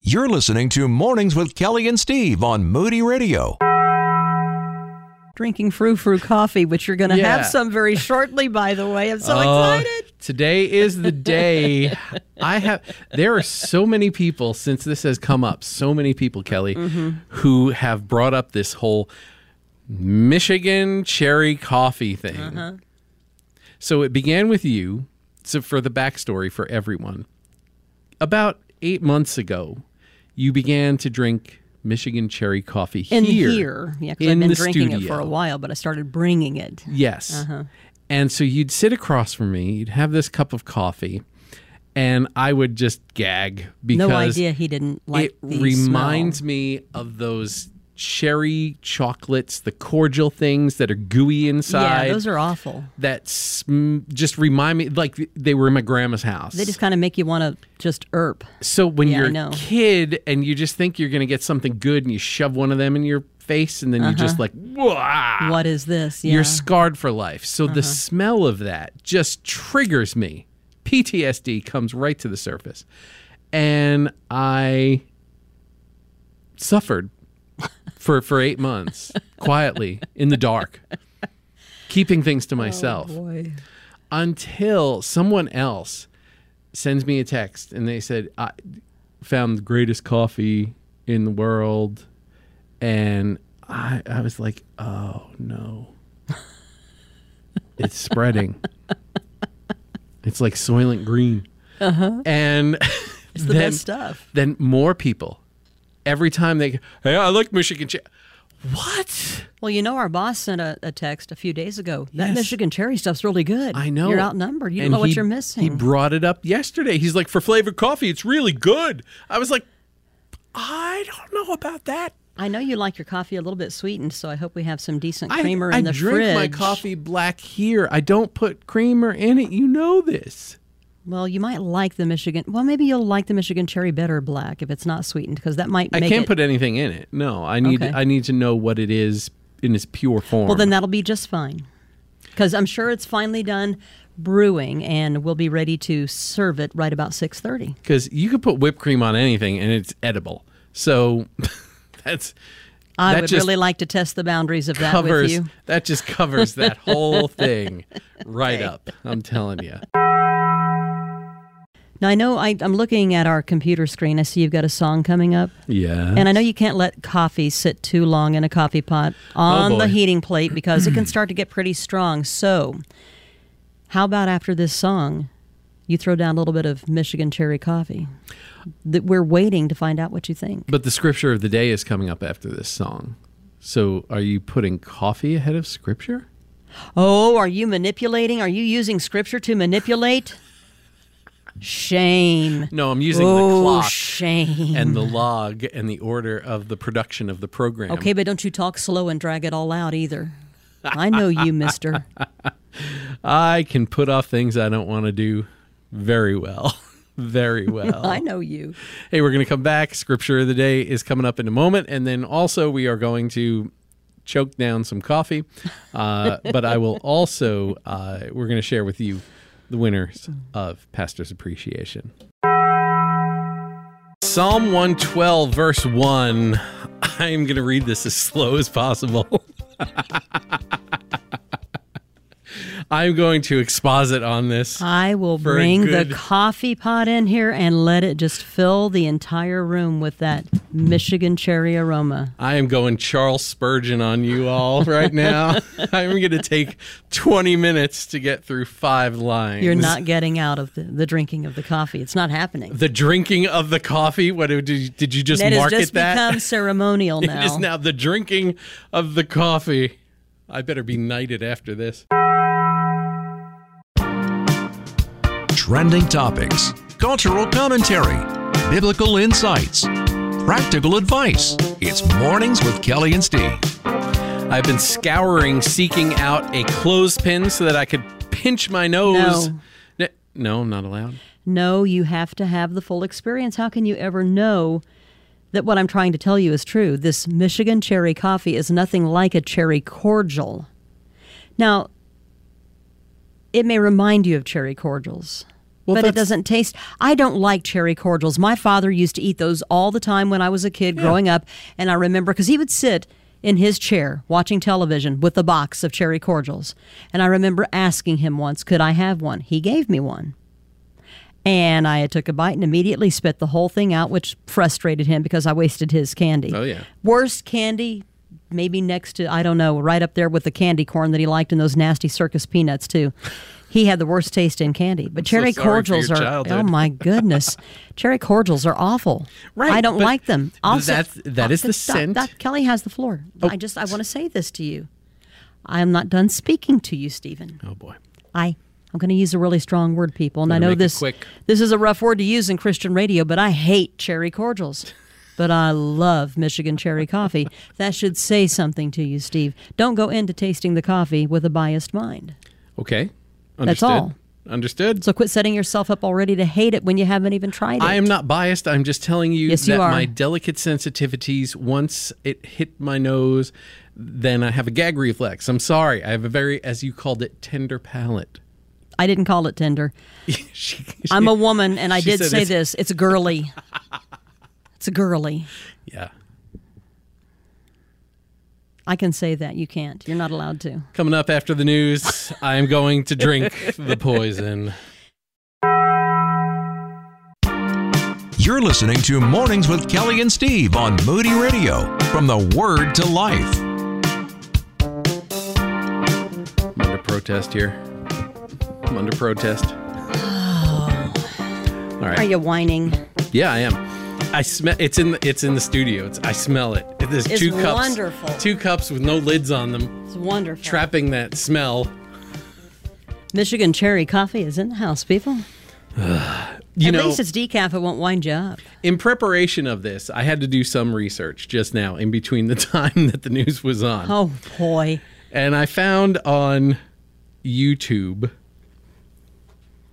You're listening to Mornings with Kelly and Steve on Moody Radio. drinking frou frou coffee, which you're going to Yeah. have some very shortly, by the way. I'm so Oh, excited. Today is the day. I have. There are so many people since this has come up. So many people, Kelly, who have brought up this whole Michigan cherry coffee thing. So it began with you. So for the backstory for everyone, about eight months ago, you began to drink Michigan cherry coffee In here. here. Yeah, 'cause I've in been the drinking it for studio. a while, but I started bringing it. Yes. Uh-huh. And so you'd sit across from me, you'd have this cup of coffee, and I would just gag because No idea he didn't like it the reminds smell. me of those cherry chocolates, the cordial things that are gooey inside. Yeah, those are awful. that sm- just remind me like they were in my grandma's house. They just kind of make you want to just erp. so when Yeah, I you're know. a kid and you just think you're going to get something good and you shove one of them in your face and then you just Uh-huh. like "Wah." What is this? Yeah. You're scarred for life. So the smell of that just triggers me. PTSD comes right to the surface. And I suffered for, for eight months quietly in the dark, keeping things to myself Boy. until someone else sends me a text and they said, I found the greatest coffee in the world. And I, I was like, oh no. it's spreading. It's like Soylent Green. Uh-huh. And It's the best stuff. then more people, every time they, go, hey, I like Michigan. Ch-. What? Well, you know, our boss sent a, a text a few days ago. That Yes. Michigan cherry stuff's really good. I know. You're outnumbered. You don't And know what he- you're He missing. brought it up yesterday. He's like, for flavored coffee, it's really good. I was like, I don't know about that. I know you like your coffee a little bit sweetened, so I hope we have some decent I- creamer I, in the drink fridge. my coffee black here. I don't put creamer in it. You know this. Well, you might like the Michigan. Well, maybe you'll like the Michigan cherry better black if it's not sweetened, because that might make I can't it. put anything in it. No, I need Okay. I need to know what it is in its pure form. well, then that'll be just fine, because I'm sure it's finally done brewing, and we'll be ready to serve it right about six thirty. because you could put whipped cream on anything and it's edible. So that's I that would just really like to test the boundaries of that with covers you. that just covers that whole thing right up. I'm telling you. Now I know I, I'm looking at our computer screen. I see you've got a song coming up, Yeah. and I know you can't let coffee sit too long in a coffee pot on the Oh, boy. heating plate because it can start to get pretty strong. So, how about after this song, you throw down a little bit of Michigan cherry coffee? That we're waiting to find out what you think. But the scripture of the day is coming up after this song. So are you putting coffee ahead of scripture? Oh, are you manipulating? Are you using scripture to manipulate? Shame. No, I'm using oh, the clock shame. and the log and the order of the production of the program. Okay, but don't you talk slow and drag it all out either. I know you, mister. I can put off things I don't want to do very well. very well. I know you. Hey, we're going to come back. Scripture of the day is coming up in a moment. And then also, we are going to choke down some coffee. Uh, but I will also, uh, we're going to share with you the winners of Pastor's Appreciation. Psalm 112, verse 1. I'm going to read this as slow as possible. I'm going to exposit on this. I will a bring good- the coffee pot in here and let it just fill the entire room with that Michigan cherry aroma. I am going Charles Spurgeon on you all right now. I'm going to take 20 minutes to get through five lines. You're not getting out of the, the drinking of the coffee. It's not happening. The drinking of the coffee. What did you, did you just That has market just that? become ceremonial It is now. now the drinking of the coffee. I better be knighted after this. Trending topics, cultural commentary, biblical insights, practical advice. It's Mornings with Kelly and Steve. I've been scouring, seeking out a clothespin so that I could pinch my nose. No. N- No, I'm not allowed. No, you have to have the full experience. How can you ever know that what I'm trying to tell you is true? This Michigan cherry coffee is nothing like a cherry cordial. Now, it may remind you of cherry cordials, Well, but it that's- doesn't taste. I don't like cherry cordials. My father used to eat those all the time when I was a kid growing up, and I remember because he would sit in his chair watching television with a box of cherry cordials, and I remember asking him once, "Could I have one?" He gave me one. And I took a bite and immediately spit the whole thing out, which frustrated him because I wasted his candy. Oh, yeah. Worst candy, maybe next to, I don't know, right up there with the candy corn that he liked and those nasty circus peanuts, too. He had the worst taste in candy. But cherry sorry for cordials your are, childhood. oh my goodness. cherry cordials are awful. Right, I don't but like them. Also, that's- that is the stop, scent. Oh. stop. Kelly has the floor. I just, I want to say this to you. I am not done speaking to you, Stephen. Oh boy. I I'm going to use a really strong word, people, and I know make it this quick. this is a rough word to use in Christian radio, but I hate cherry cordials. But I love Michigan cherry coffee. That should say something to you, Steve. Don't go into tasting the coffee with a biased mind. Okay. Understood. That's all. Understood. So quit setting yourself up already to hate it when you haven't even tried it. I am not biased. I'm just telling you Yes, you that are. my delicate sensitivities, once it hit my nose, then I have a gag reflex. I'm sorry. I have a very, as you called it, tender palate. I didn't call it tender. She- I'm a woman, and I She did said say it's- this. It's a girly. it's a girly. yeah. I can say that. You can't. You're not allowed to. Coming up after the news, I'm going to drink the poison. You're listening to Mornings with Kelly and Steve on Moody Radio. From the word to life. I'm under protest here. I'm under protest. Oh. All right. Are you whining? Yeah, I am. I smell it's in the, it's in the studio. It's I smell it. There's It's two cups. wonderful. Two cups with no lids on them, It's wonderful. trapping that smell. Michigan Cherry Coffee is in the house, people. You At know, least it's decaf. It won't wind you up. in preparation of this, I had to do some research just now in between the time that the news was on. Oh, boy. And I found on YouTube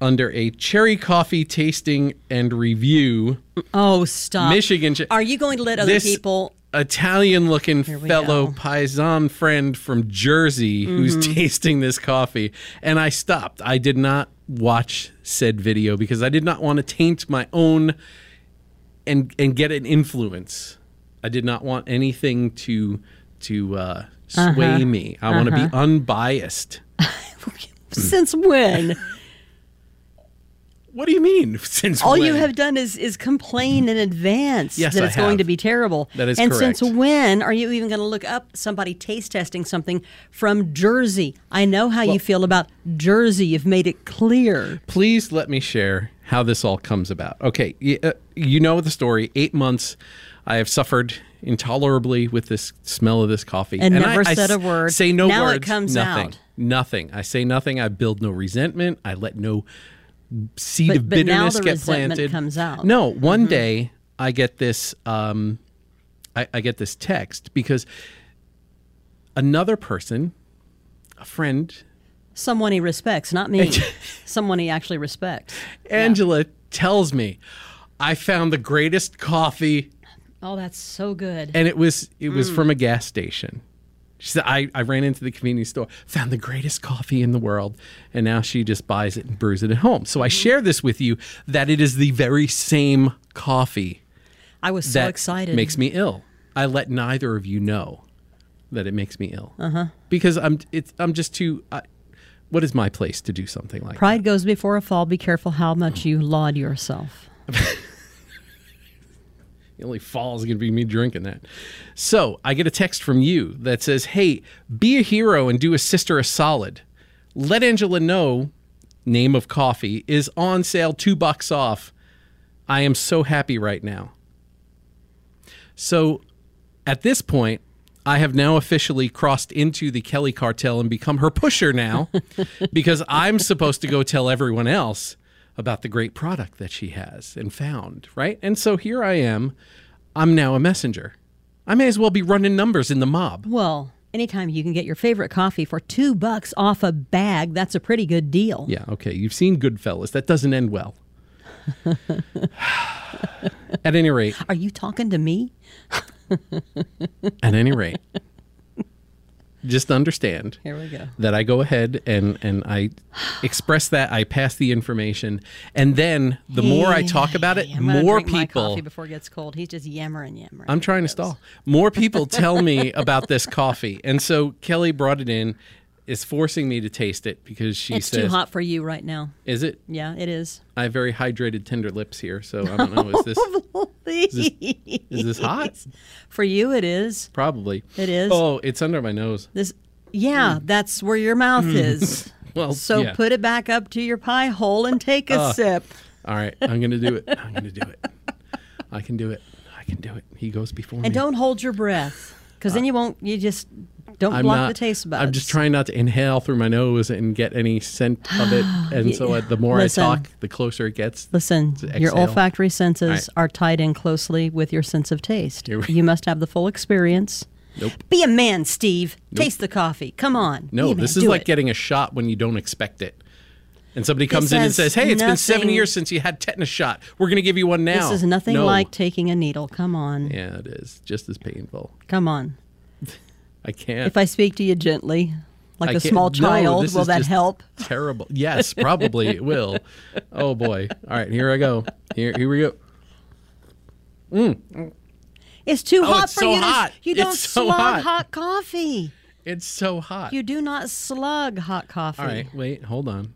under a cherry coffee tasting and review Oh, stop. Michigan che- Are you going to let other This- people? Italian looking we fellow go. Mm-hmm. paisan friend from Jersey who's tasting this coffee. And I stopped. I did not watch said video because I did not want to taint my own and and get an influence. I did not want anything to to uh, sway Uh-huh. me. I want to be unbiased. Since when? What do you mean? Since All when? you have done is is complain in advance Yes, that I it's going have. to be terrible. That is And correct. since when are you even going to look up somebody taste testing something from Jersey? I know how you feel about Jersey. You've made it clear. please let me share how this all comes about. Okay, y- uh, you know the story. Eight months, I have suffered intolerably with this smell of this coffee, And I- never I said a s- word. Say no Now it words. comes nothing. out. Nothing. I say nothing. I build no resentment. I let no seed But- of but now bitterness the get resentment planted. comes out. Mm-hmm. No, one day I get this. Um, I, I get this text because another person, a friend, Someone he respects, not me. Someone he actually respects. Angela tells me, I found the greatest coffee, Oh, that's so good. and it was it Mm. was from a gas station. She said, I, I ran into the convenience store, found the greatest coffee in the world, and now she just buys it and brews it at home. Mm-hmm. So I share this with you that it is the very same coffee I was so that excited. makes me ill. I let neither of you know that it makes me ill. Uh-huh. Because I'm it's I'm just too I, what is my place to do something like Pride goes before a fall. Be careful how much you laud yourself. The only fall is going to be me drinking that. So I get a text from you that says, Hey, be a hero and do a sister a solid. Let Angela know, name of coffee, is on sale, two bucks off. I am so happy right now. So at this point, I have now officially crossed into the Kelly cartel and become her pusher now because I'm supposed to go tell everyone else about the great product that she has and found, right? And so here I am. I'm now a messenger. I may as well be running numbers in the mob. Well, anytime you can get your favorite coffee for two bucks off a bag, that's a pretty good deal. Yeah, okay. You've seen Goodfellas. That doesn't end well. at any rate, Are you talking to me? At any rate, just understand Here we go. that I go ahead and and I express that I pass the information, and then the more I talk about it, I'm gonna more drink my people. coffee before it gets cold. He's just yammering, yammering. I'm trying to stall. More people tell me about this coffee, and so Kelly brought it in, is forcing me to taste it because she It's says, too hot for you right now. "Is it?" Yeah, it is. I have very hydrated, tender lips here, so I don't know. Is this is this hot? for you, it is. Probably. It is. Oh, it's under my nose. This, yeah, that's where your mouth is. Hmm. Well, So yeah. Uh, put it back up to your pie hole and take a sip. All right, I'm gonna do it. I'm gonna do it. I can do it. I can do it. He goes before me. Uh, And don't hold your breath, because then you won't. You just don't I'm block not, the taste buds. I'm just trying not to inhale through my nose and get any scent of it. And so uh, the more Listen. I talk, the closer it gets. Listen, your exhale. olfactory senses Right. are tied in closely with your sense of taste. Here we- You must have the full experience. Nope. Be a man, Steve. Taste the coffee. Come on. Be No, a man. this is Do like it. getting a shot when you don't expect it. And somebody comes in and has says, "Hey, it's been seven nothing- years since you had tetanus shot. We're gonna give you one now." This is nothing No. like taking a needle. Come on. Yeah, it is just as painful. Come on. I can't. If I speak to you gently, like I a can't- small No, child, this will is that just help? Terrible. Yes, probably it will. Oh boy. All right, here I go. Here, here we go. It's too hot Oh, it's for so you. to- hot. You It's don't so slug hot. coffee. It's so hot. You do not slug hot coffee. All right, wait, hold on.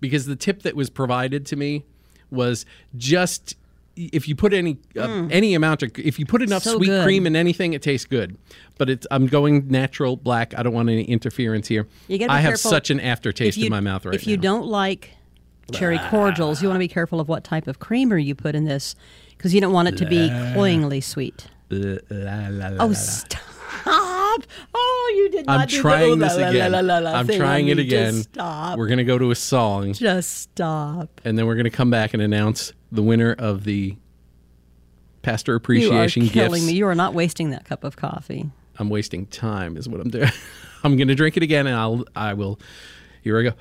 Because the tip that was provided to me was just if you put any uh, any amount of if you put enough Mm. So sweet good. cream in anything, it tastes good. But it's I'm going natural black. I don't want any interference here. You gotta be I have careful. such an aftertaste in my mouth right if you now. don't like cherry cordials, you want to be careful of what type of creamer you put in this because you don't want it to be cloyingly sweet. La, la, la, Oh, la. stop! Oh, you did not. I'm do the trying la, this la, again. La, la, la, la I'm thing on trying it me. again. Just stop. We're gonna go to a song, Just stop. and then we're gonna come back and announce the winner of the pastor You are appreciation killing gifts. me. You are not wasting that cup of coffee. I'm wasting time is what I'm doing. I'm gonna drink it again and I'll I will here I go.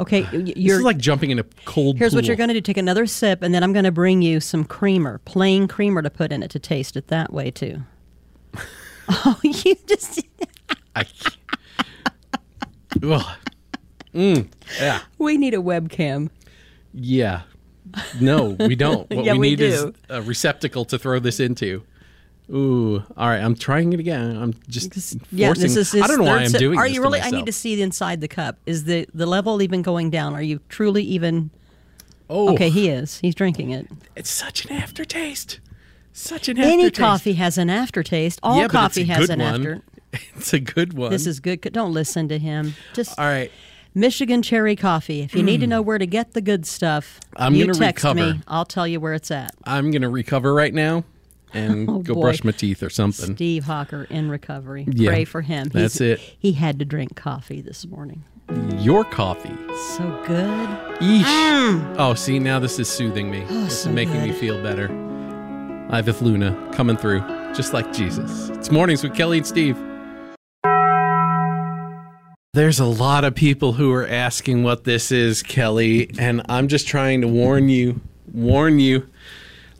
Okay, y- This you're. is like jumping in a cold Here's what you're pool. going to do. Take another sip, and then I'm going to bring you some creamer, plain creamer to put in it to taste it that way, too. oh, you just. I can't- Ugh. Mm, yeah. We need a webcam. Yeah. No, we don't. What Yeah, we we need is do. a receptacle to throw this into. Ooh. All right, I'm trying it again. I'm just forcing Yeah, this is. His I don't know why third I'm sip. doing Are this you to really? I myself. need to see the inside the cup. Is the the level even going down? Are you truly even? Oh, Okay, he is. He's drinking it. it's such an aftertaste. Such an Any aftertaste. coffee has an aftertaste. All yeah, but it's coffee a has good an one. after. It's a good one. This is good. co- Don't listen to him. Just All right. Mm. Michigan cherry coffee. If you need to know where to get the good stuff, I'm you gonna text me. recover. I'll tell you where it's at. I'm gonna recover right now and go Oh, boy. brush my teeth or something. Steve Hawker in recovery. Yeah, Pray for him. that's it. He had to drink coffee this morning. Your coffee. So good. Eesh. Oh, see now this is soothing me. this Mm. Oh, so is making me good. feel better. Ivith Luna coming through, just like Jesus. It's mornings with Kelly and Steve. There's a lot of people who are asking what this is, Kelly, and I'm just trying to warn you, warn you.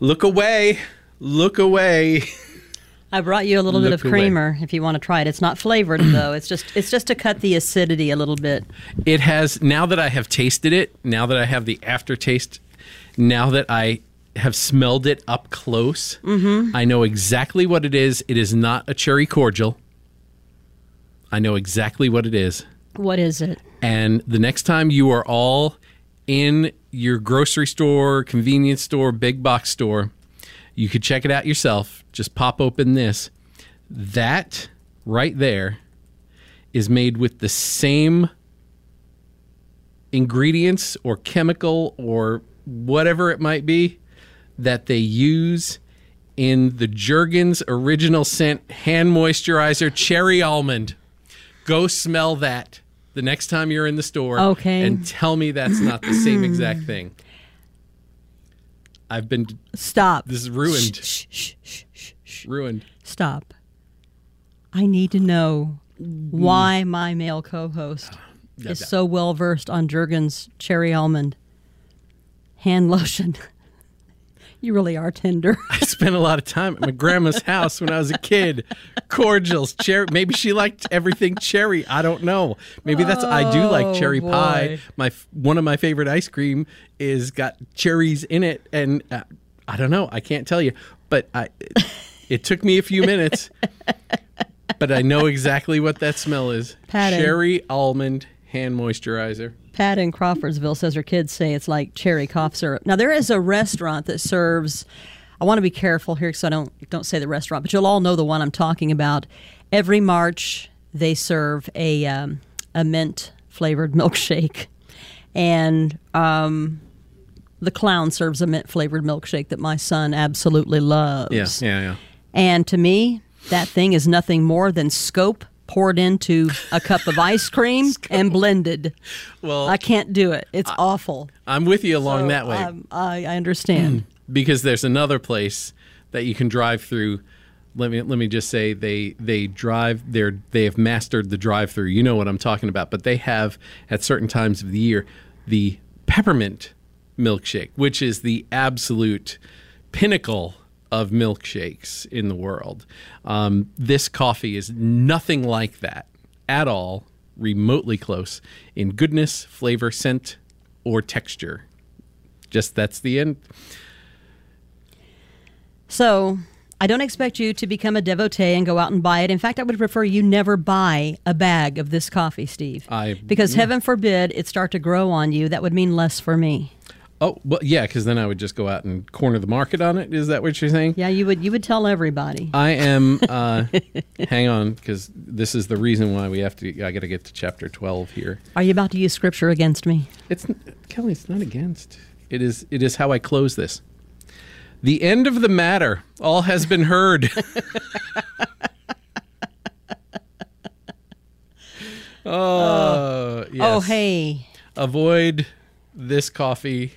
Look away, look away. I brought you a little bit Look of away. creamer if you want to try it. It's not flavored though. It's just it's just to cut the acidity a little bit. it has now that i have tasted it now that i have the aftertaste now that i have smelled it up close i know exactly what it is it is not a cherry cordial i know exactly what it is What is it? and the next time you are all in your grocery store convenience store big box store you could check it out yourself just pop open this that right there is made with the same ingredients or chemical or whatever it might be that they use in the Jergens original scent hand moisturizer cherry almond. Go smell that the next time you're in the store Okay. and tell me that's not the same exact thing. I've been Stop. this is ruined, Shh, shh, shh, shh, shh. ruined. Stop. I need to know why my male co-host is yeah. so well versed on Jergens cherry almond hand lotion. you really are tender. spent a lot of time at my grandma's house when I was a kid. Cordials, cherry. Maybe she liked everything cherry. I don't know. Maybe that's I do like cherry Oh, pie. boy. My f- one of my favorite ice cream is got cherries in it, and uh, I don't know. I can't tell you, but I. It took me a few minutes, but I know exactly what that smell is. Patty. Cherry almond hand moisturizer. Pat in Crawfordsville says her kids say it's like cherry cough syrup. Now there is a restaurant that serves. I want to be careful here because I don't don't say the restaurant, but you'll all know the one I'm talking about. Every March they serve a um, a mint flavored milkshake, and um, the clown serves a mint flavored milkshake that my son absolutely loves. Yeah, yeah, yeah. And to me, that thing is nothing more than scope poured into a cup of ice cream and blended. Well, I can't do it. It's awful. I'm with you along that way. Um, I, I understand. because there's another place that you can drive through. Let me let me just say they they drive they they have mastered the drive through. You know what I'm talking about, but they have at certain times of the year the peppermint milkshake, which is the absolute pinnacle of milkshakes in the world. Um, this coffee is nothing like that at all, remotely close in goodness, flavor, scent, or texture. Just that's the end. So I don't expect you to become a devotee and go out and buy it. In fact, I would prefer you never buy a bag of this coffee, Steve. I- because heaven forbid it start to grow on you. That would mean less for me. Oh, well, yeah, because then I would just go out and corner the market on it. Is that what you're saying? Yeah, you would. You would tell everybody. I am. Uh, hang on, because this is the reason why we have to. I got to get to chapter 12 here. Are you about to use scripture against me? It's Kelly. It's not against. It is. It is how I close this. The end of the matter. All has been heard. oh yes. Oh, hey. avoid this coffee.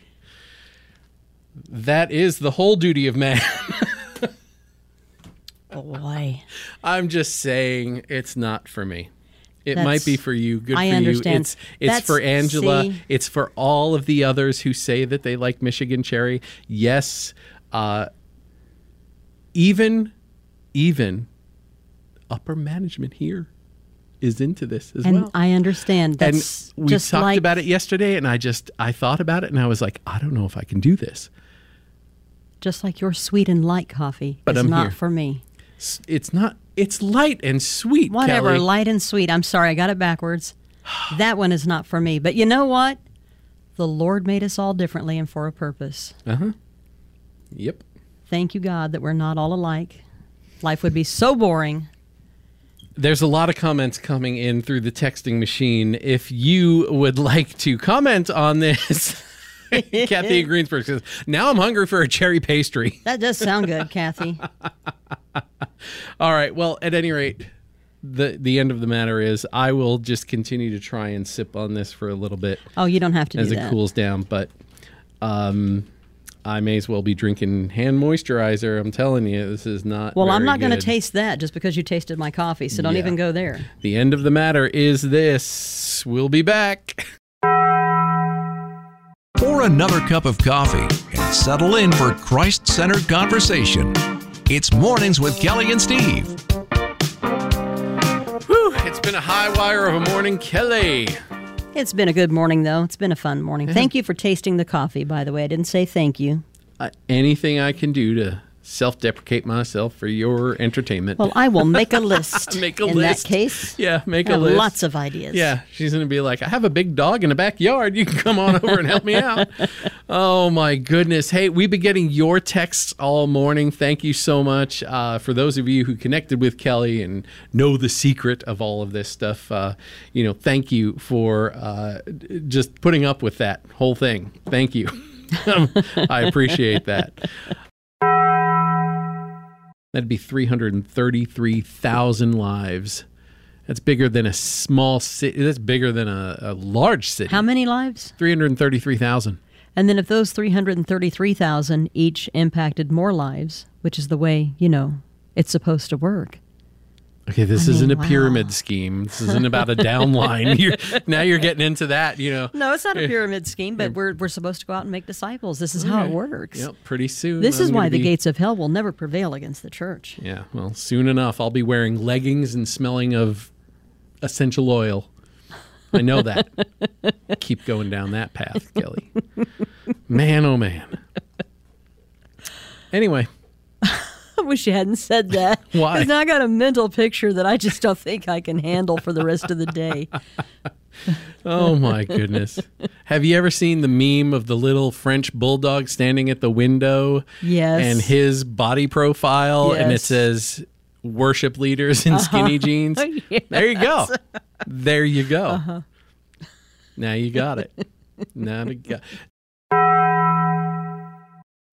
That is the whole duty of man. Oh, Boy. I'm just saying it's not for me. It That's- might be for you. Good I for understand. you. It's it's That's- for Angela. see? It's for all of the others who say that they like Michigan cherry. Yes, uh, even even upper management here is into this as And well. I understand. That's and we just talked like, about it yesterday, and I just I thought about it, and I was like, I don't know if I can do this. Just like your sweet and light coffee But is I'm not here. for me. S- It's not. It's light and sweet. Whatever, Kelly. light and sweet. I'm sorry, I got it backwards. That one is not for me. But you know what? The Lord made us all differently and for a purpose. Yep. Thank you, God, that we're not all alike. Life would be so boring. There's a lot of comments coming in through the texting machine. If you would like to comment on this, Kathy in Greensburg says, Now I'm hungry for a cherry pastry. That does sound good, Kathy. All right. Well, at any rate, the, the end of the matter is I will just continue to try and sip on this for a little bit Oh, you don't have to as do it that. cools down, but um, I may as well be drinking hand moisturizer. I'm telling you, this is not. well, I'm very not going to good. taste that just because you tasted my coffee, so don't Yeah. even go there. The end of the matter is this. We'll be back. Pour another cup of coffee and settle in for Christ centered conversation. It's Mornings with Kelly and Steve. Whew, it's been a high wire of a morning, Kelly. It's been a good morning, though. It's been a fun morning. Thank you for tasting the coffee, by the way. I didn't say thank you. Uh, anything I can do to self deprecate myself for your entertainment. Well, I will make a list. Make a In list. that case, yeah, make I a have list. lots of ideas. Yeah, she's going to be like, I have a big dog in the backyard. You can come on over and help me out. Oh, my goodness. Hey, we've been getting your texts all morning. Thank you so much. Uh, for those of you who connected with Kelly and know the secret of all of this stuff, uh, you know, thank you for uh, d- just putting up with that whole thing. Thank you. I appreciate that. That'd be 333,000 lives. That's bigger than a small city. That's bigger than a, a large city. How many lives? 333,000. And then if those 333,000 each impacted more lives, which is the way, you know, it's supposed to work, Okay, this I isn't mean, a wow. pyramid scheme. This isn't about a downline. You're, now you're getting into that, you know. No, it's not a pyramid scheme, but we're, we're supposed to go out and make disciples. This is how it works. Yep, pretty soon. This is I'm why gonna the be- gates of hell will never prevail against the church. Yeah, well, soon enough, I'll be wearing leggings and smelling of essential oil. I know that. Keep going down that path, Kelly. Man, oh man. Anyway, I wish you hadn't said that. Why? 'Cause now I got a mental picture that I just don't think I can handle for the rest of the day. oh my goodness. Have you ever seen the meme of the little French bulldog standing at the window? Yes. And his body profile, and it Yes. Uh-huh. says worship leaders in skinny jeans. There you go. There you go. Uh-huh. Now you got it. now you got.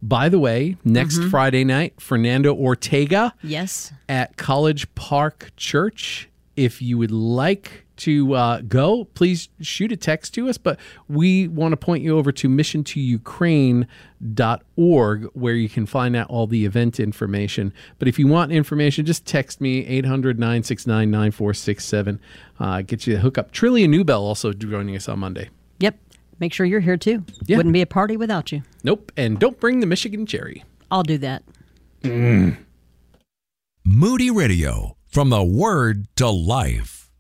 By the way, next Mm-hmm. Friday night, Fernando Ortega Yes. at College Park Church. If you would like to uh, go, please shoot a text to us. But we want to point you over to missiontouukraine.org where you can find out all the event information. But if you want information, just text me 800 969 9467. Uh, Get you the hookup. Trillia Newbell also joining us on Monday. Yep. Make sure you're here too. Yeah. Wouldn't be a party without you. Nope. And don't bring the Michigan cherry. I'll do that. Moody Radio, from the word to life.